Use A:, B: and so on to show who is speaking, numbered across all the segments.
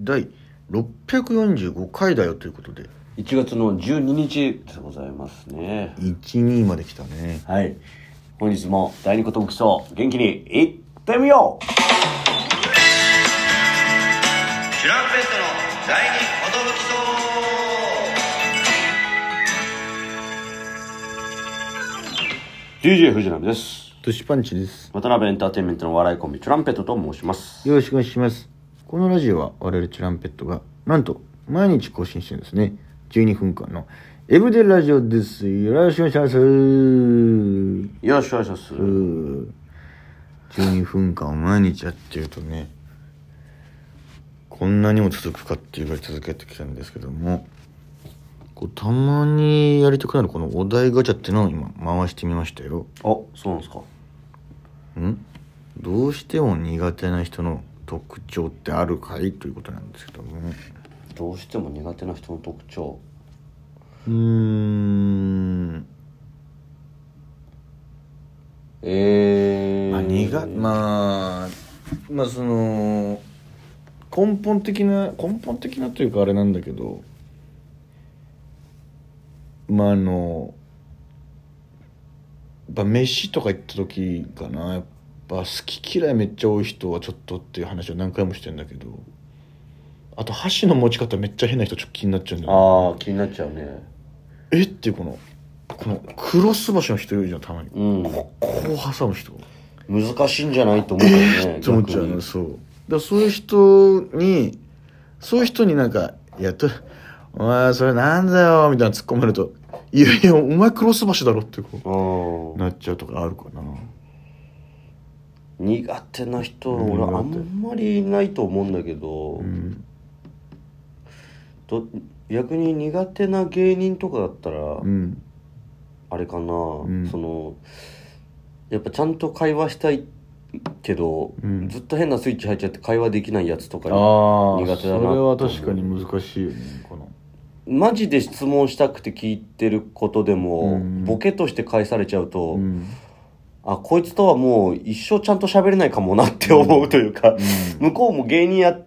A: 第645回だよということで
B: 1月の12日でございますね
A: 12まで来たね
B: はい本日も第二言武器層元気にいってみよう
C: シュランペットの第二ほどきそう
B: DJ 藤波です
A: トシパンチです
B: 渡辺エンターテインメントのお笑いコンビチュランペットと申します
A: よろしくお願いしますこのラジオは我々チュランペットがなんと毎日更新してるんですね12分間のエブデラジオですよろしくお願いしますう
B: よろしくお願いします
A: ー12分間を毎日やってるとねこんなにも続くかっていうぐらい続けてきたんですけどもこうたまにやりたくなるこのお題ガチャってのを今回してみましたよ
B: あそうなんですか
A: んどうしても苦手な人の特徴ってあるかいということなんですけども
B: どうしても苦手な人の特徴
A: うーん
B: えー、
A: まあ苦まあまあその根本的な根本的なというかあれなんだけどまああのやっぱ飯とか行った時かなやっぱ好き嫌いめっちゃ多い人はちょっとっていう話を何回もしてんだけどあと箸の持ち方めっちゃ変な人ちょっと気になっちゃうんだよね
B: ああ気になっちゃうね
A: えっていうこのこのクロス箸の人いるじゃんたまに
B: うん
A: ここう挟む人
B: 難しいんじゃないと思うけどね
A: って思っ ちゃう
B: 逆
A: の
B: に
A: そうだからそういう人にそういう人になんか「いやとお前それなんだよ」みたいな突っ込まれると「いやいやお前クロス橋だろ」ってこ
B: う
A: う
B: ん
A: なっちゃうとかあるかな
B: 苦手な人
A: うん
B: 俺
A: 苦
B: あ
A: 手
B: んまりいないと思うんだけど、
A: うん
B: ど逆に苦手な芸人とかだったら、
A: うん
B: あれかな、
A: ん
B: そのやっぱちゃんと会話したいけど、
A: うん
B: ずっと変なスイッチ入っちゃって会話できないやつとか
A: あ
B: に
A: あ
B: 苦手だな
A: それは確かに難しいよねこの
B: マジで質問したくて聞いてることでも、
A: うん
B: ボケとして返されちゃうと、
A: うん
B: あこいつとはもう一生ちゃんと喋れないかもなって思うというか、向こうも芸人や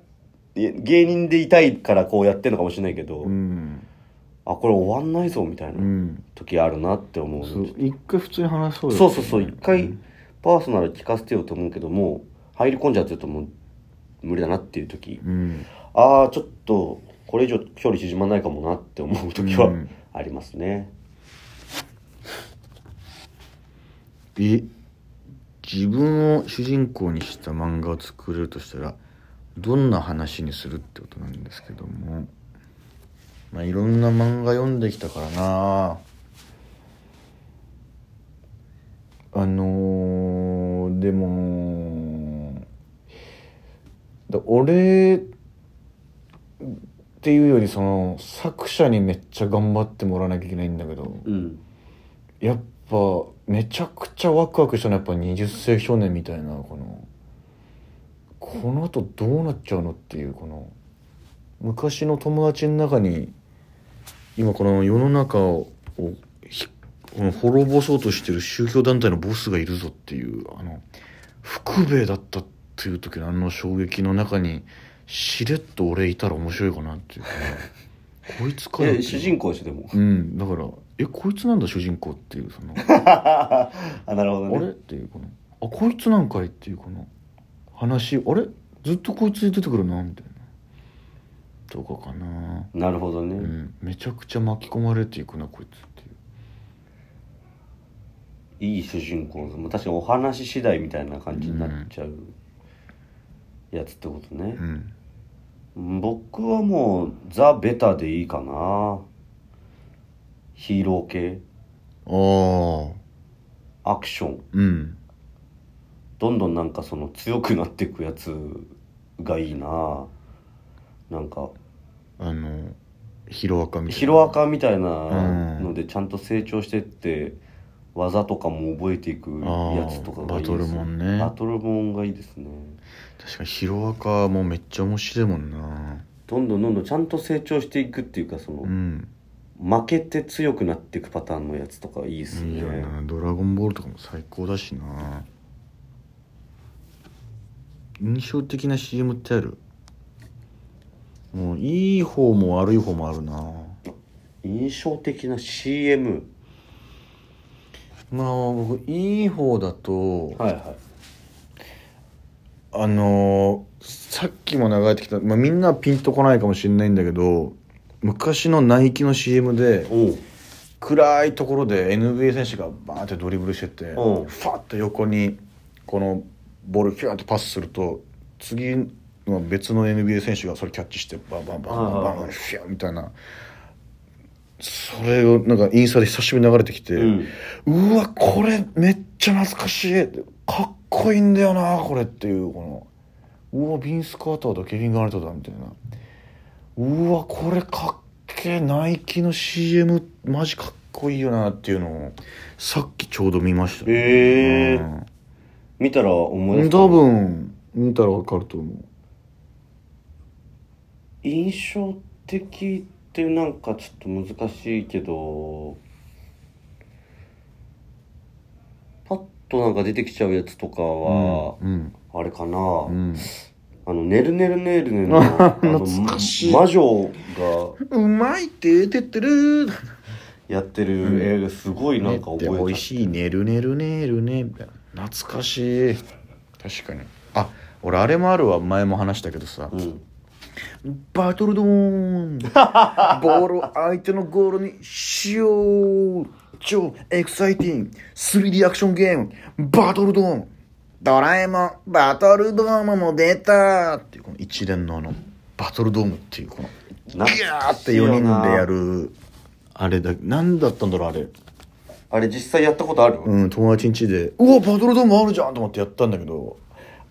B: 芸人でいたいからこうやってるのかもしれないけど、
A: うん
B: あこれ終わんないぞみたいな
A: うん
B: 時あるなって思う,、
A: そう一回普通に話そうよ
B: そうそうそう一
A: う
B: 回
A: ん
B: パーソナル聞かせてよと思うけども入り込んじゃってるともう無理だなっていう時
A: うん
B: ああちょっとこれ以上距離縮まないかもなって思う時は
A: うん
B: ありますね、
A: え自分を主人公にした漫画を作れるとしたらどんな話にするってことなんですけどもまあいろんな漫画読んできたからなあのーでもだ俺っていうよりその作者にめっちゃ頑張ってもらわなきゃいけないんだけど。
B: うん
A: やっぱめちゃくちゃワクワクしたのはやっぱ20世紀少年みたいなこのこの後どうなっちゃうのっていうこの昔の友達の中に今この世の中ををひこの滅ぼそうとしてる宗教団体のボスがいるぞっていうあの福兵衛だったっていう時のあの衝撃の中にしれっと俺いたら面白いかなっていうかこいつかよってい
B: え
A: う
B: 主人公でしょでも
A: うんだからえこいつなんだ主人公っていうその
B: あなるほど
A: あれっ
B: ね
A: ていうこのあこいつなんかいっていうこの話あれずっとこいつ出てくるなみたいなとかかな
B: なるほどね、
A: うんめちゃくちゃ巻き込まれていくなこいつっていう
B: いい主人公もう確かにお話次第みたいな感じになっちゃうやつってことね、
A: うん
B: 僕はもうザ・ベタでいいかなヒーロー系
A: ああ
B: アクション
A: うん
B: どんどんなんかその強くなっていくやつがいいななんか
A: あのヒロアカみたいな
B: ヒロアカみたいなのでちゃんと成長してって技とかも覚えていくやつとかがいいです
A: あーバトルもんね
B: バトルもんがいいですね
A: 確かにヒロアカもめっちゃ面白いもんな
B: どんどんどんどんちゃんと成長していくっていうかその、
A: うん
B: 負けて強くなっていくパターンのやつとかいいです
A: いい
B: ね
A: よな「ドラゴンボール」とかも最高だしな印象的な CM ってあるもういい方も悪い方もあるな
B: 印象的な CM
A: まあ僕いい方だと、
B: はいは
A: あのーさっきも流れてきた、まあ、みんなピンとこないかもしれないんだけど昔のナイキの CM で
B: おう
A: 暗いところで NBA 選手がバーってドリブルしててフ
B: うん
A: ァッと横にこのボールキューってパスすると次の別の NBA 選手がそれキャッチしてバンバンバンバンバンバンフィアみたいなそれをなんかインスタで久しぶりに流れてきて、
B: うん
A: うわこれめっちゃ懐かしいかっこいいんだよなこれっていうこのうわビンス・カーターだケビン・ガーネットだみたいなうわこれかっけえナイキの CM マジかっこいいよなっていうのをさっきちょうど見ました
B: へえ
A: うん
B: 見たら思い出すかな
A: 多分見たらわかると思う
B: 印象的ってなんかちょっと難しいけどパッとなんか出てきちゃうやつとかは、
A: うん
B: あれかな、
A: うん
B: あの「ねるねるねる ねの」あの
A: 懐かしい
B: 魔女が
A: うまいって出てる
B: やってる映画すごいなんか覚え
A: ねって美味
B: ち
A: しいねるねるねるねみたいな懐かしい確かにあ俺あれもあるわ前も話したけどさ
B: ゃ、った、うん、
A: バトルドー ンボールを相手のゴールにしよう超エキサイティング 3D アクションゲームバトルドーンドラえもんバトルドームも出たっていうこの一連のあのバトルドームっていうこの
B: 懐かしい
A: ギ
B: よな
A: ャーって4人でやるあれだ何だったんだろうあれ
B: あれ実際やったことある、
A: うん、友達ん家で、うわ、バトルドームあるじゃんと思ってやったんだけど、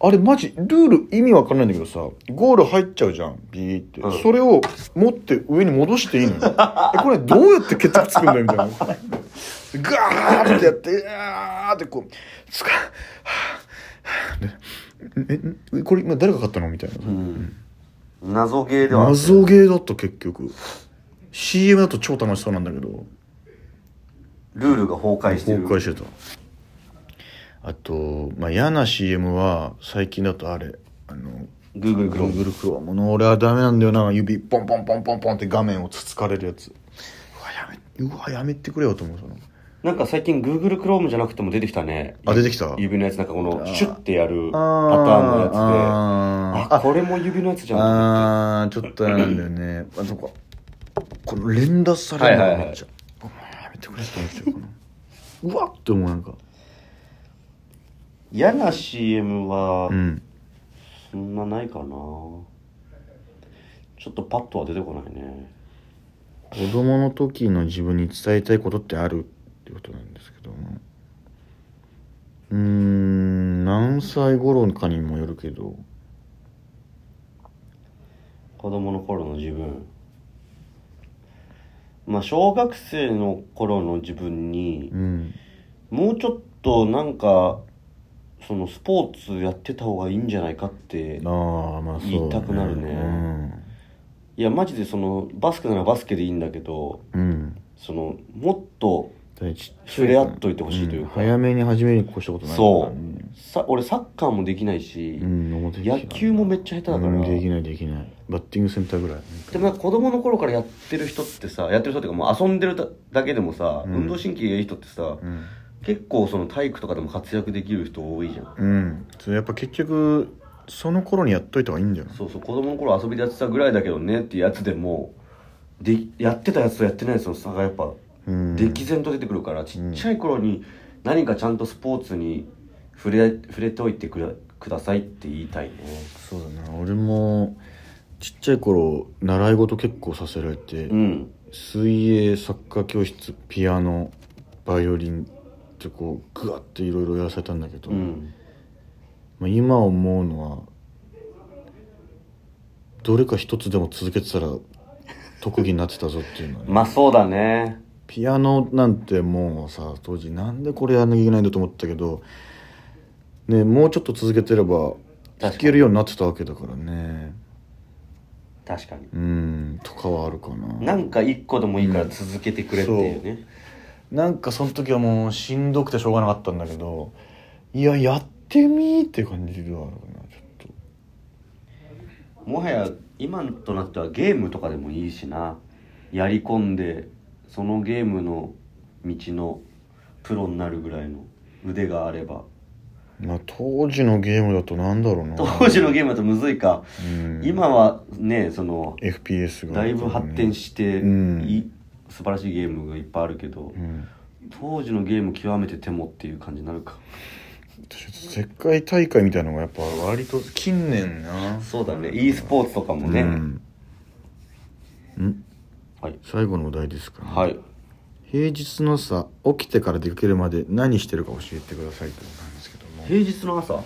A: あれマジ、ルール意味わかんないんだけどさ、ゴール入っちゃうじゃん、ビーって。
B: うん
A: それを持って上に戻していいのよ。 え、これどうやって決着つくんだよ、みたいな。ガーってやって、ガーってこう、つか、はぁはぁでえ、これ今誰が勝ったのみたいな。
B: 謎ゲーではある
A: 謎ゲーだった、結局。CM だと超楽しそうなんだけど。
B: ルールが崩壊してる
A: 崩壊してたあと、まあ、嫌な CM は最近だとあれあの
B: Google クローム
A: Google クロームの俺はダメなんだよな指ポンポンポンポンポンって画面をつつかれるやつうわやめうわやめてくれよと思うその
B: なんか最近 Google クロームじゃなくても出てきたね
A: あ出てきた
B: 指のやつなんかこのシュッてやるパターンのやつであ
A: あーあー
B: これも指のやつじゃんと
A: あーちょっとあれなんだよねあそここの連打されるの
B: はいは
A: が
B: いは
A: め
B: い
A: っちゃ、お前やめてくれって思っちゃうかなうわっって思うなんか
B: 嫌な CM は
A: うん
B: そんなないかな、ちょっとパッとは出てこないね
A: 子供の時の自分に伝えたいことってあるってことなんですけどもうーん何歳頃かにもよるけど
B: 子供の頃の自分まあ小学生の頃の自分に
A: うん
B: もうちょっとなんかそのスポーツやってた方がいいんじゃないかって
A: ああまあそうだ、
B: 言いたくなるねいやマジでそのバスケならバスケでいいんだけど
A: うん、うん、
B: そのもっと
A: だからちっちゃ
B: 触れ合っといてほしいという
A: うん
B: か、
A: 早めに始めに越したことない
B: そ
A: からね
B: うさ俺サッカーもできないし、
A: うん思ってきた
B: 野球もめっちゃ下手だから、
A: うんできないできないバッティングセンターぐらい
B: でもなんか子供の頃からやってる人ってさやってる人っていうかもう遊んでるだだけでもさ、
A: うん
B: 運動神経がいい人ってさ、
A: うん、
B: 結構その体育とかでも活躍できる人多いじゃん、
A: うん、それやっぱ結局その頃にやっといた方がいいんだよな
B: そうそう子供の頃遊びでやってたぐらいだけどねっていうやつでもでやってたやつとやってないやつの差がやっぱ
A: うん
B: 歴然と出てくるから、ちっちゃい頃に何かちゃんとスポーツに触れ触れておいてくだくださいって言いたいね
A: そうだな俺もちっちゃい頃習い事結構させられて、
B: うん
A: 水泳サッカー教室ピアノバイオリンってこうグワッていろいろやらされたんだけど、
B: うん
A: まあ、今思うのはどれか一つでも続けてたら特技になってたぞっていうのはね
B: まあそうだね
A: ピアノなんてもうさ当時なんでこれやんなきゃいけないんだと思ったけど、ね、もうちょっと続けてれば弾けるようになってたわけだからね。
B: 確かに
A: うんとかはあるかなな
B: なんか一個でもいいから続けてくれっていうね、
A: んかその時はもうしんどくてしょうがなかったんだけどいややってみーって感じではあるかなちょっと
B: もはや今となってはゲームとかでもいいしなやり込んでそのゲームの道のプロになるぐらいの腕があれば
A: まあ当時のゲームだとなんだろうな
B: 当時のゲームだとむずいか、
A: うん
B: 今はねその
A: FPS が
B: だいぶ発展して、
A: うん
B: いい素晴らしいゲームがいっぱいあるけど、
A: うん
B: 当時のゲーム極めて手もっていう感じになるか
A: 世界大会みたいなのがやっぱ割と近年な
B: そうだね e スポーツとかもね、
A: うんん
B: はい
A: 最後のお題ですか、
B: はい
A: 平日の朝起きてから出かけるまで何してるか教えてくださいってことなんですけども
B: 平日の朝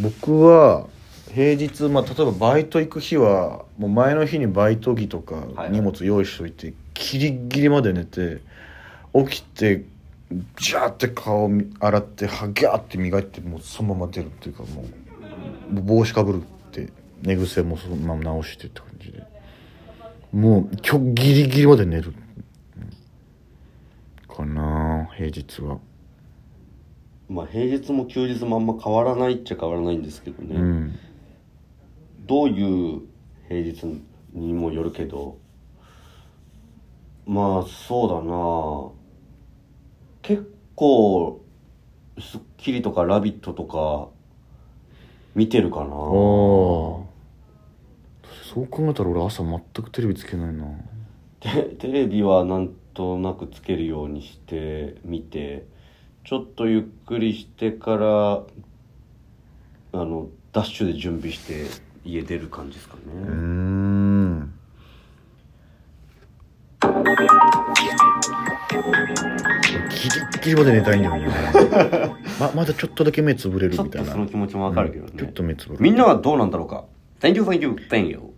A: 僕は平日、まあ、例えばバイト行く日はもう前の日にバイト着とか
B: はい
A: 荷物用意しといて、ギリギリまで寝て起きてジャーって顔洗ってはギャーって磨いてもうそのまま出るっていうかもう帽子かぶるって寝癖もそのまま直してって感じでもう今日ギリギリまで寝るうんかなあ平日は
B: まあ平日も休日もあんま変わらないっちゃ変わらないんですけどね、
A: うん
B: どういう平日にもよるけどまあそうだな結構『スッキリ』とか『ラビット!』とか見てるか
A: ああ
B: な
A: そう考えたら俺朝全くテレビつけないな
B: テテレビはなんとなくつけるようにして見てちょっとゆっくりしてからあのダッシュで準備して家出る感じですかね、
A: うんギリギリまで寝たいんだよね ままだちょっとだけ目つぶれ
B: ち
A: る
B: ょっ
A: みた
B: と
A: いな
B: その気持ちもわかるけどね、
A: うんちょっと目つぶれる
B: みんなはどうなんだろうか Thank you, thank you, thank you.